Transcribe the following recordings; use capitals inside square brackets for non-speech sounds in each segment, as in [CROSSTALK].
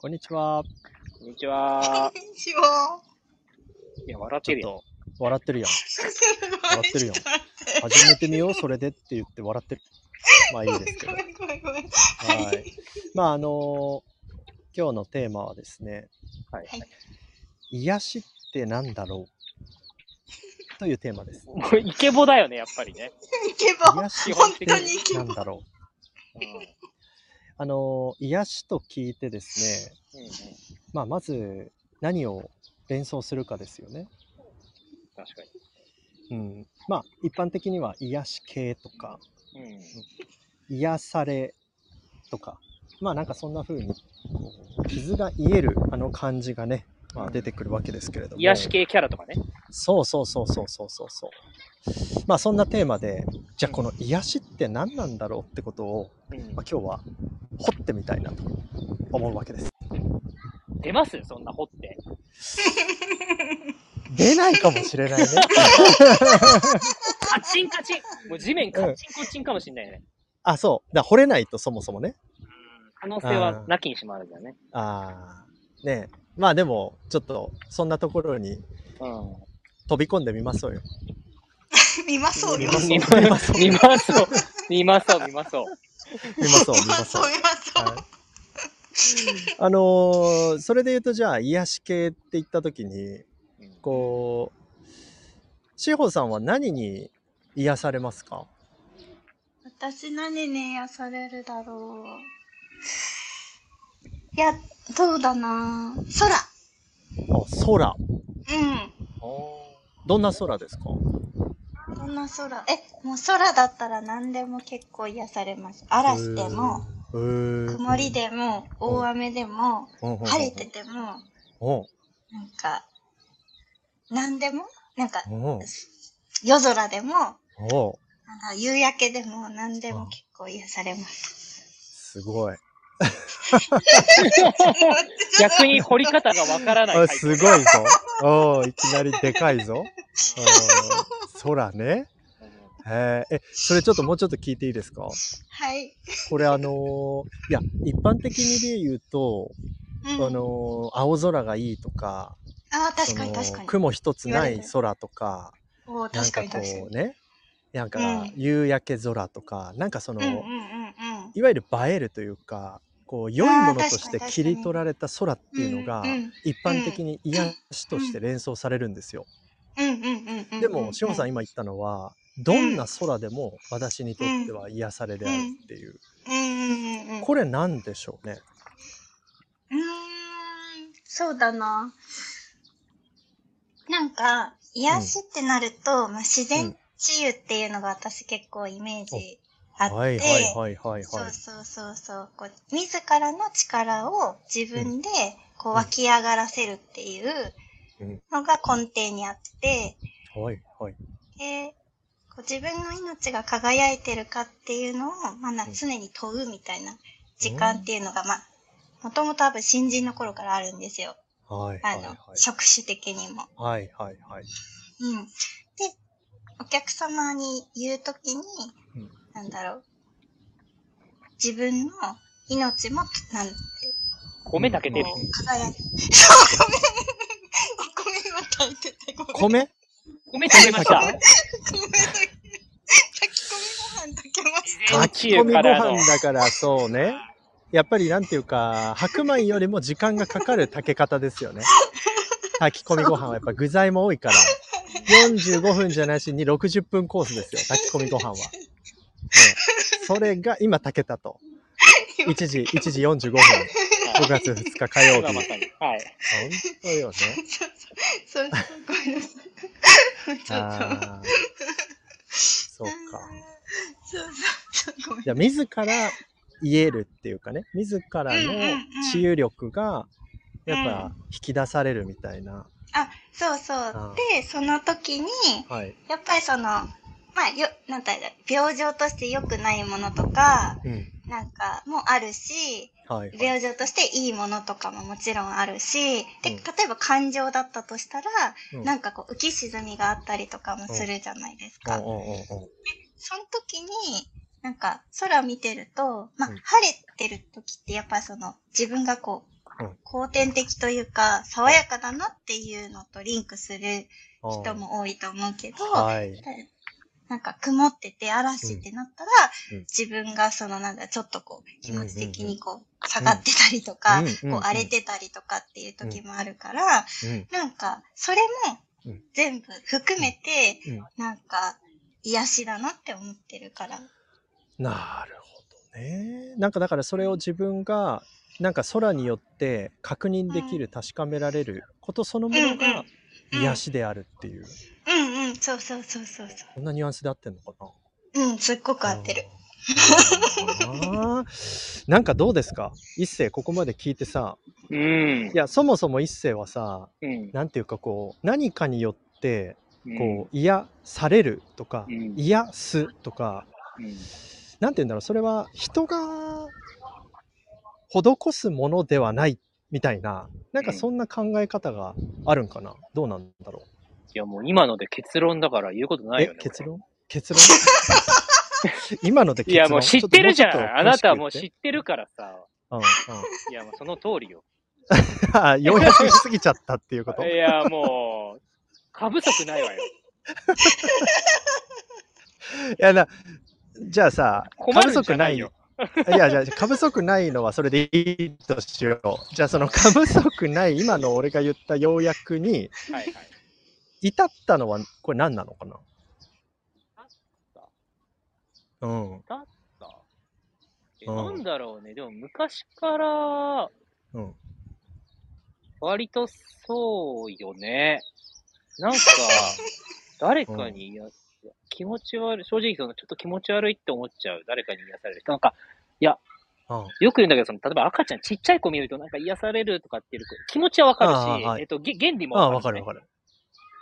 こんにちは。こんにちは。こんにちは。いや、笑っちてょっるよ。と、笑ってるやん。笑ってるよ始めてみよ [LAUGHS] う、それでって言って笑ってる。まあいいですけどご。めんごめんごめん。は。はいまああのー今日のテーマはですね、はいはい癒しってなんだろうというテーマ [LAUGHS] です。もうイケボだよね、やっぱりね。イケボ。癒し基本っ的てになんだろううんあのー癒しと聞いてですね、うんうんまあまず何を連想するかですよね。確かうん。まあ一般的には癒し系とか、に。うん癒されとか、まあなんかそんな風に、こう傷が癒えるあの感じがね、まあ出てくるわけですけれども。癒し系キャラとかね。そうそうそうそうそうそうそう。まあそんなテーマで、じゃあこの癒しって何なんだろうってことを、うんまあ、今日は掘ってみたいなと思うわけです。出ますそんな掘って。出ないかもしれないね。カチンカチンもう地面カチンコチンかもしんないね。 [LAUGHS] あ、そう。だから掘れないとそもそもね。可能性はなきにしもあらずだね。ああ、ねえ。まあでも、ちょっとそんなところにうん。飛び込んでみましょうよ。見まそう見よま。そう。見見まそうまそう。見まそう。見まそう。見見まそう。ましょう、見見まましょそうう。見まそう。はいあのーそれで言うとじゃあ癒し系って言った時にうんこう志保さんは何に癒されますか私何に癒されるだろう。いや、そうだな。空。あ空うどんな空ですかん。こんな空。え、もう空だったら何でも結構癒されます。嵐でも、曇曇りでも、大雨でも、晴れてても、なんおか、何でもなんか、お夜空でも、おあ夕焼けでも何でも結構癒されます。すごい [LAUGHS] 逆に掘り方がわからないあ回答。すごいぞおーいきなりでかいぞおー空ねへーえそれちょっともうちょっと聞いていいですかはい。これあのーいや一般的にで言うとうん、あのー青空がいいとかあー確かにその確かに。雲一つな言われいてる空とかおーなん確かかに確かにこ。うねなんうかん夕焼け空とかなんかその、うんうんうんうん。いわゆる映えるというかこう良いものとして確かに切り取られた空っていうのがうんうん一般的に癒しとして連想されるんですよ。うんうんうんうん。でも志保さん今。今言ったのはどんな空でも私にとっては癒されであるっていううんうんうんうん。これなんでしょうねうーん、そうだな。なんか、癒しってなると、まあ、自うん然治癒っていうのが私結構イメージあって、はいはいはいはいそはうい。そうそうそう。こう自らの力を自分でこううん湧き上がらせるっていうのが根底にあって、はいはい。でこう自分の命が輝いてるかっていうのを、まあ、な常に問うみたいな時間っていうのが、まあ、もともと多分新人の頃からあるんですよ。はいはあいの、はい。職種的にも。はいはいはい。うん。で、お客様に言うときに、うんなんだろう。自分の命も、なん米炊けてる。こう輝いて。そう、ごめん。お米は炊いてて、ごめん。 [LAUGHS] 米米炊けました。ごめん炊き込みご飯炊けまし炊き込みご飯だからそうね。やっぱりなんていうか、白米よりも時間がかかる炊け方です [LAUGHS] よね。炊き込みご飯はやっぱ具材も多いから。45分じゃなしに60分コースですよ、炊き込みご飯は。ね、それが今炊けた [LAUGHS] と。1時、1時45分。5月2日火曜 [LAUGHS] 今日。ま本さに。はい。当よね。た。そうそう、ごめんなさい。ちょっと。あーそうか。そうそう、そうごめん。じゃあ自ら言えるっていうかね自らのうんうんうん治癒力がやっうぱ引き出されるみたいな、あ、そうそう。で、その時に、はい、やっぱりその、まあ、よ、なんだろう、病状として良くないものとか、うんなんかもあるし、はいはい病状としていいものとかももちろんあるし、で、うん例えば感情だったとしたら、うんなんかこう、浮き沈みがあったりとかもするじゃないですか。うんうんうんうんその時に、なんか空見てると、まあうん、晴れてる時ってやっぱその、自分がこう、うん後天的というか、爽やかだなっていうのとリンクするうん人も多いと思うけど、はい。なんか曇ってて嵐ってなったら、うんうん自分がそのなんかちょっとこう気持ち的にこう下んがってたりとか、うんこう荒れ、てたりとかっていう時もあるから、うんなんかそれうもん全部含めて、うんなんか癒しだなって思ってるから。なるほどね。なんかだからそれを自分がなんか空によって確認できる、確かめられることそのものがうん癒しであるっていう、うんうん、そうそうそうそうそこんなニュアンスで合ってんのかなう。うん、すっごく合ってる。あーなんかどうですか一世ここまで聞いてさうんい。やそもそも一世はさうん。なんていうかこう何かによってうんこう癒されるとかうん癒すとかうん。なんて言うんだろうそれは人が施すものではないみたいななんかそんな考え方があるんかなどうなんだろいや、もう今ので結論だから言うことうないよね。え結論結論 [LAUGHS] 今のでい結論や、もう知ってるじゃん。あなたはもう知っってるからさ。うんうんいや、もうその通りよ。あ要約しすぎ [LAUGHS] ちゃったっていう [LAUGHS] こといや、もう、過不足ないわよ。いやな、じゃあさ、困るんじゃないよ。過不足ない。いや、じゃあ、過不足ないのはそれでいいとしよう。じゃあ、そ [LAUGHS] の過不足ない、今の俺が言った要約に [LAUGHS] はいはい。至ったのは、これ何なのかなうん。だった。え、うんなんだろうね。でも昔から、うん。割とそうよね。 [LAUGHS] なんか、誰かに癒す。気持ち悪い。正直、その、ちょっと気持ち悪いって思っちゃう。誰かに癒される。なんか、うんよく言うんだけど、その、例えば赤ちゃん、ちっちゃい子見ると、なんか癒されるとかっていう、気持ちはわかるし、あーはいえっと、げ原理もああ、わわかかる、るね。わかる。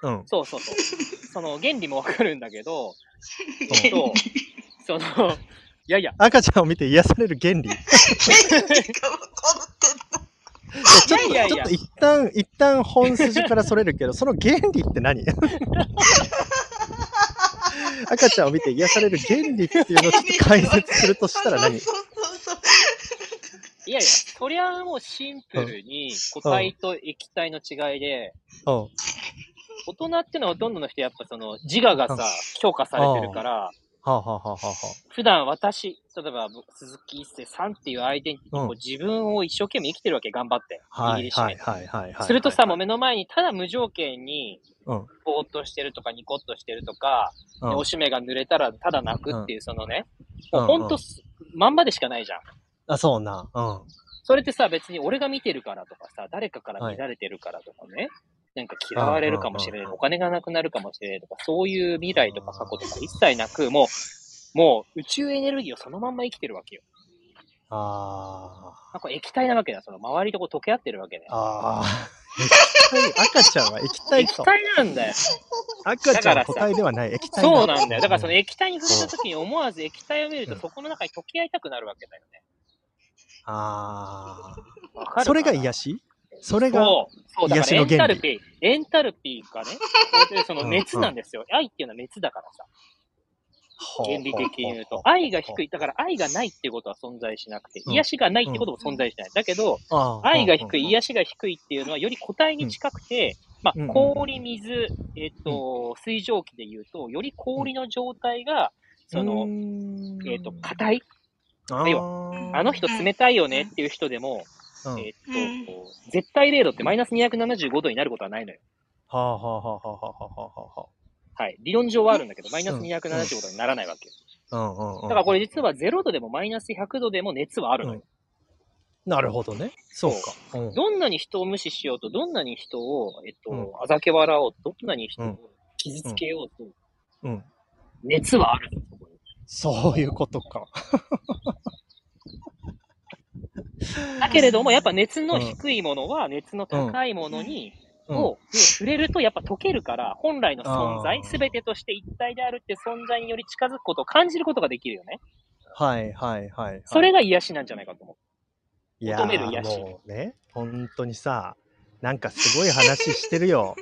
うん。そうそうそう。その、原理もわかるんだけど、うんそう。その、いやいや、赤ちゃんを見て癒される原理。いやか分かってんのちょっと、いやいやいちやょっと一旦、一旦本筋からそれるけ [LAUGHS] ど、その原理って何 [LAUGHS] 赤ちゃんを見て癒される原理っていうのをちょっと解説するとした [LAUGHS] ら何そうそうそうそう。いやいや、そりゃもうシンプルに、固体と液体の違いで、うん。大人ってのはほとんどの人やっぱその自我がさ、強化されてるから、はあ、はあはあはあは普段私、例えば鈴木一世さんっていうアイデンティティ、うんこう自分を一生懸命生きてるわけ、頑張って。あ、は握いりしはいめて。はいはいはい。するとさ、もう目の前にただ無条件に、うんぼーっとしてるとかニコッとしてるとか、うでんおしめが濡れたらただ泣くっていうそのね、うんもうほんとす、まんまでしかないじゃん。あ、そうな。うん。それってさ、別に俺が見てるからとかさ、誰かから見られてるからとかね、なんか嫌われるかもしれうんうんなうい、んお金がなくなるかもしれないとか、そういう未来とか過去とか一切なく、もう、もう宇宙エネルギーをそのまんま生きてるわけよ。あなんか液体なわけだ、その周りとこう溶け合ってるわけねあ。。ああ。液体赤ちゃんは液体液か。体なんだよ。赤ちゃんはだからさ個体ではない液体そうなんだよ。だからその液液体に触れた時に思わず液体を見るとそこの中に溶け合いたくなるわけだよね。あわかるかあ。なそれが癒しそれが、そう、そうだ癒かしらのエンタ原理ルピー、エンタルピーがね、その熱なんですよ。愛っていうのは熱だからさ。ほう原理的に言うほとほ。愛が低い。だから愛がないってことは存在しなくて、うん癒しがないってことも存在しない。だけど、ああ愛が低い、。癒しが低いっていうのはより個体に近くて、まうんあ、氷、水、えっと、水蒸気で言うと、より氷の状態が、その、えっと、硬い。あ要ーあの人冷たいよねっていう人でも、うんえっとうん、絶対0度ってマイナス275度になることはないのよ。はあはあはあはあはあはあははい。理論上はあるんだけど、マイナスうん275度にならないわけよ。あ。うんうんうん。だからこれ実は0度でもマイナス100度でも熱はあるのよ。なるほどね。そうか。うんどんなに人を無視しようと、どんなに人を、えっと、うんあざけ笑おうと、どんなに人うんを傷つけようと、うん。熱はあるのそういうことか。だけれども、やっぱ熱の低いものは、熱の高いものに、うんをに触れるとやっぱ溶けるから、本来の存在あ、ーすべてとして一体であるって存在により近づくことを感じることができるよね。はいはいはい、はい。それが癒しなんじゃないかと思いや求める癒しーもうね、本当にさ、なんかすごい話してる [LAUGHS] よ。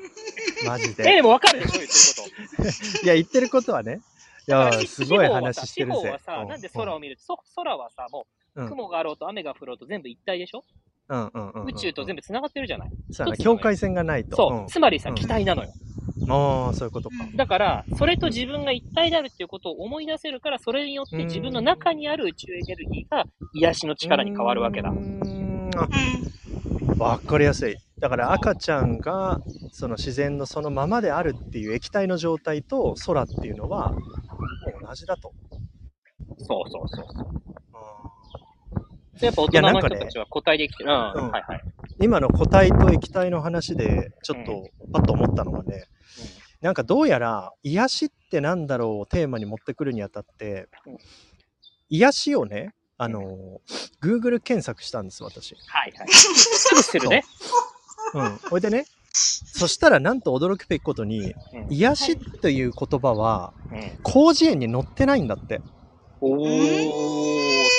マジう。え、で。でもわかるでしょ、言ってること。いや、言ってることはね。いやー、すごい話してる地方ぜは。さ、なんで空を見ると、そ空はさ、もううん雲があろうと雨が降ろうと全部一体でしょうんうんうんうん。宇宙と全部。部繋がってるじゃない。そうやな、一つな境のよ界線がないと。そう。つまりうさ、ん機体なのよ。うん。ああ、そういうことか。だから、それと自分が一体であるっていうことを思い出せるから、それによって自分の中にある宇宙エネルギーが癒しの力に変わるわけだう。んあうん。わかりやすい。だから赤ちゃんがその自然のそのままであるっていう液体の状態と空っていうのはもう同じだと。そうそうそう。うんでやっぱ大人の人たちは個体で生きてる。うん。はいうんはい。今の固体と液体の話でちょっとパッと思ったのがね、なんかどうやら癒しってなんだろうをテーマに持ってくるにあたってうん、癒しをね、あの、Google 検索したんです、私。はいはい。すぐするね。うん。ほいでね、そしたらなんと驚くべきことに、うん癒しという言葉は、うん広辞苑に載ってないんだって。おー、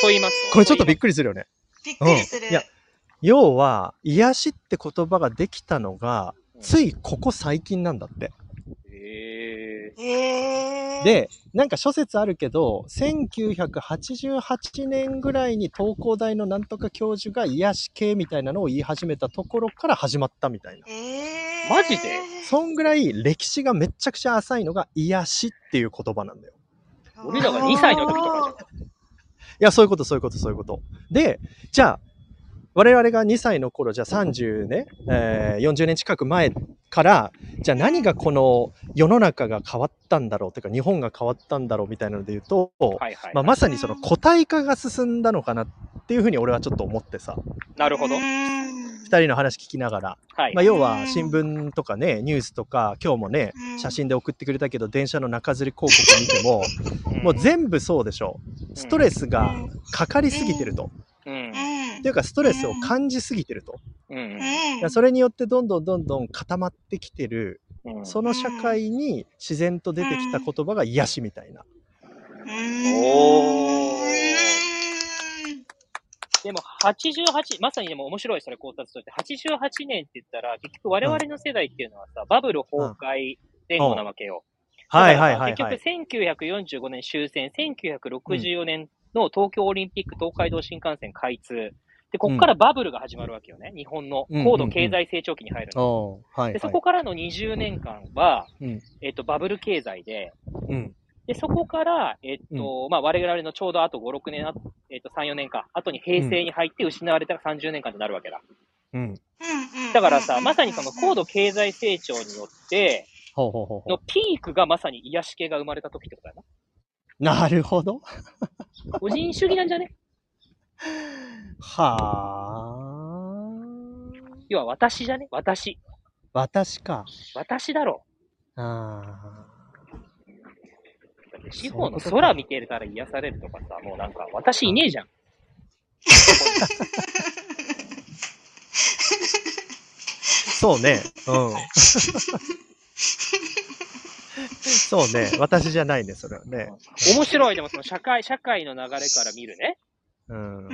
と言いますとこれちょっとびっくりするよね。びっくうんりする。いや、要は、癒しって言葉ができたのが、ついここ最近なんだって。ええー、で、なんか諸説あるけど、1988年ぐらいに東工大のなんとか教授が癒し系みたいなのを言い始めたところから始まったみたいな。えー、マジでそんぐらい歴史がめっちゃくちゃ浅いのが癒しっていう言葉なんだよ。俺らが2歳の時とかじいや、そういうこと、そういうこと、そういうこと。で、じゃあ、我々が2歳の頃、じゃあ30ね、えー40年近く前から、じゃあ何がこの世の中が変わったんだろうというか、日本が変わったんだろうみたいなので言うと、ー。はいはいまあ、。まさにその個体化が進んだのかなっていうふうに俺はちょっと思ってさ、なるほど。はい2人の話聞きながら、まあ、はい。要は新聞とかね、ニュースとか、今日もねう、ん写真で送ってくれたけど、電車の中吊り広告見ても、もう全部そうでしょ。ストレスがかかりすぎてると。うん。うんっていうかストレスを感じすぎてると。うん。いやうそれによってどんどんどんどん固まってきてる、うん。その社会に自然と出てきた言葉が癒しみたいな。ん。おーうんでも88、まさにでも面白いそれ考察として、88年って言ったら、結局我々の世代っていうのはさ、バブル崩壊前後なわけよ。はいだはかいらはいはい。結局1945年終戦、1964年の東京オリンピック東海道新幹線開通。で、ここからバブルが始まるわけよね。日本のうん高度経済成長期に入るの。おーはいで、そはいこ。からの20年間は、うんえっと、バブル経済で、うんで、そこから、えっと、まあ、我々のちょうどあと5、6年あ、えっと、3、4年間、後に平成に入って失われた30年間となるわけだ。うん。うんだからさ、まさにその高度経済成長によって、ほうほうほうほのピークがまさに癒し系が生まれた時ってことだよう。なるほど。[LAUGHS] な。個人主義なんじゃねはあ。要は私じゃね私。私か。私だろあう。地方の空見てたら癒されるとかさ、もうなんか、私いねえじゃん。ーそうね。 [LAUGHS] うん。そうね。私じゃないね、それはね。面白い、でもその社会、社会の流れから見るね。うん [LAUGHS] う。う。ん。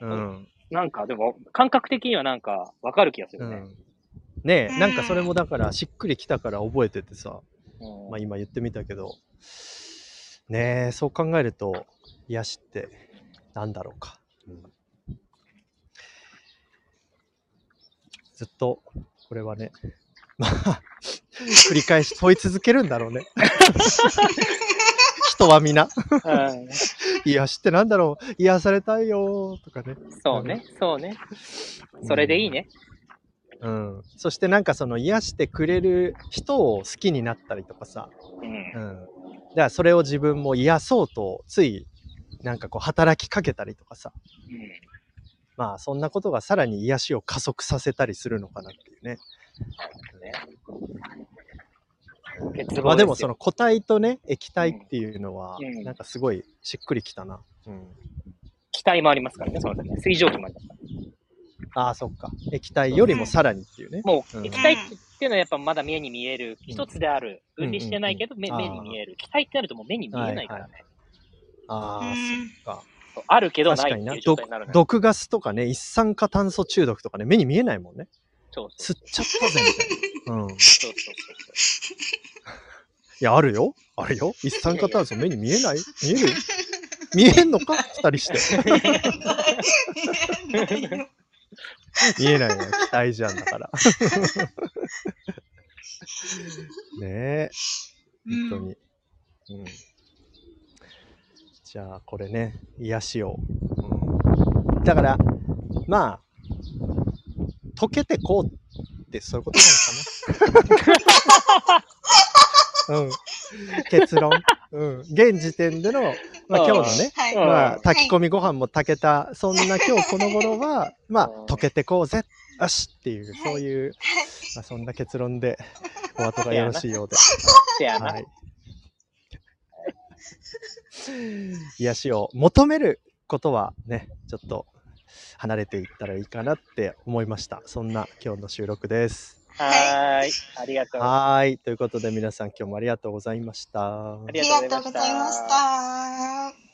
うんん。なんか、でも、感覚的にはなんか、わかる気がすうるね。んねうえ、んなんかそれもだからしっくりきたから覚えててさ、うんまあ今言ってみたけど、ねえ、そう考えると、癒しってなんだろうか。ずっと、これはね、まあ、 [LAUGHS] 繰り返し問い続けるんだろうね。 [LAUGHS] 人は皆、うん癒しってなんだろう、癒されたいよーとかね。そうね、そうね。それでいいね。うん。そしてなんかその癒してくれる人を好きになったりとかさ、うう。んん、だからそれを自分も癒そうとついなんかこう働きかけたりとかさまあそんなことがさらに癒しを加速させたりするのかなっていうねうん結論まあでもすよその個体とね液体っていうのはうんなんかすごいしっくりきたな、うん、機体もありますからね、そのね水蒸気もありますから。ああそっか液体よりもさらにっていうねもうんう、液体っていうのはやっぱまだ目に見える、一つである、うん分離してないけど、うん目あー目に見える。機体ってあるともう目に見えないからね。ああそっかそうあるけどな確いかっにてないう状毒態になるのよ。毒ガスとかね一酸化炭素中毒とかね目に見えないもんねそうそう吸っちゃったぜみたいな、うん、いそうそうそうそやあるよあるよ一酸化炭素目に見えない見える見えんのか二人してうん言えないのよ期待じゃんだから。ねえ。本当に。うん。じゃあ、これね、癒しを。うん、だから、まあ、溶けてこうって、そういうことなのかな。うん、結論、うん、現時点での、まあ、今日のね、はい。うんまあ、炊き込みご飯も炊けた、そんな今日この頃は、まあうん、溶けてこうぜ、よしっていう、そういう、はいまあ、そんな結論で、お後がよろしいようで。せやな。はい。癒しを求めることはね、ちょっと離れていったらいいかなって思いました。そんな今日の収録です。はーい。ありがとう。あはーい。ということで皆さん今日もありがとうございました。りありがとがとうごうござざいいままししたた。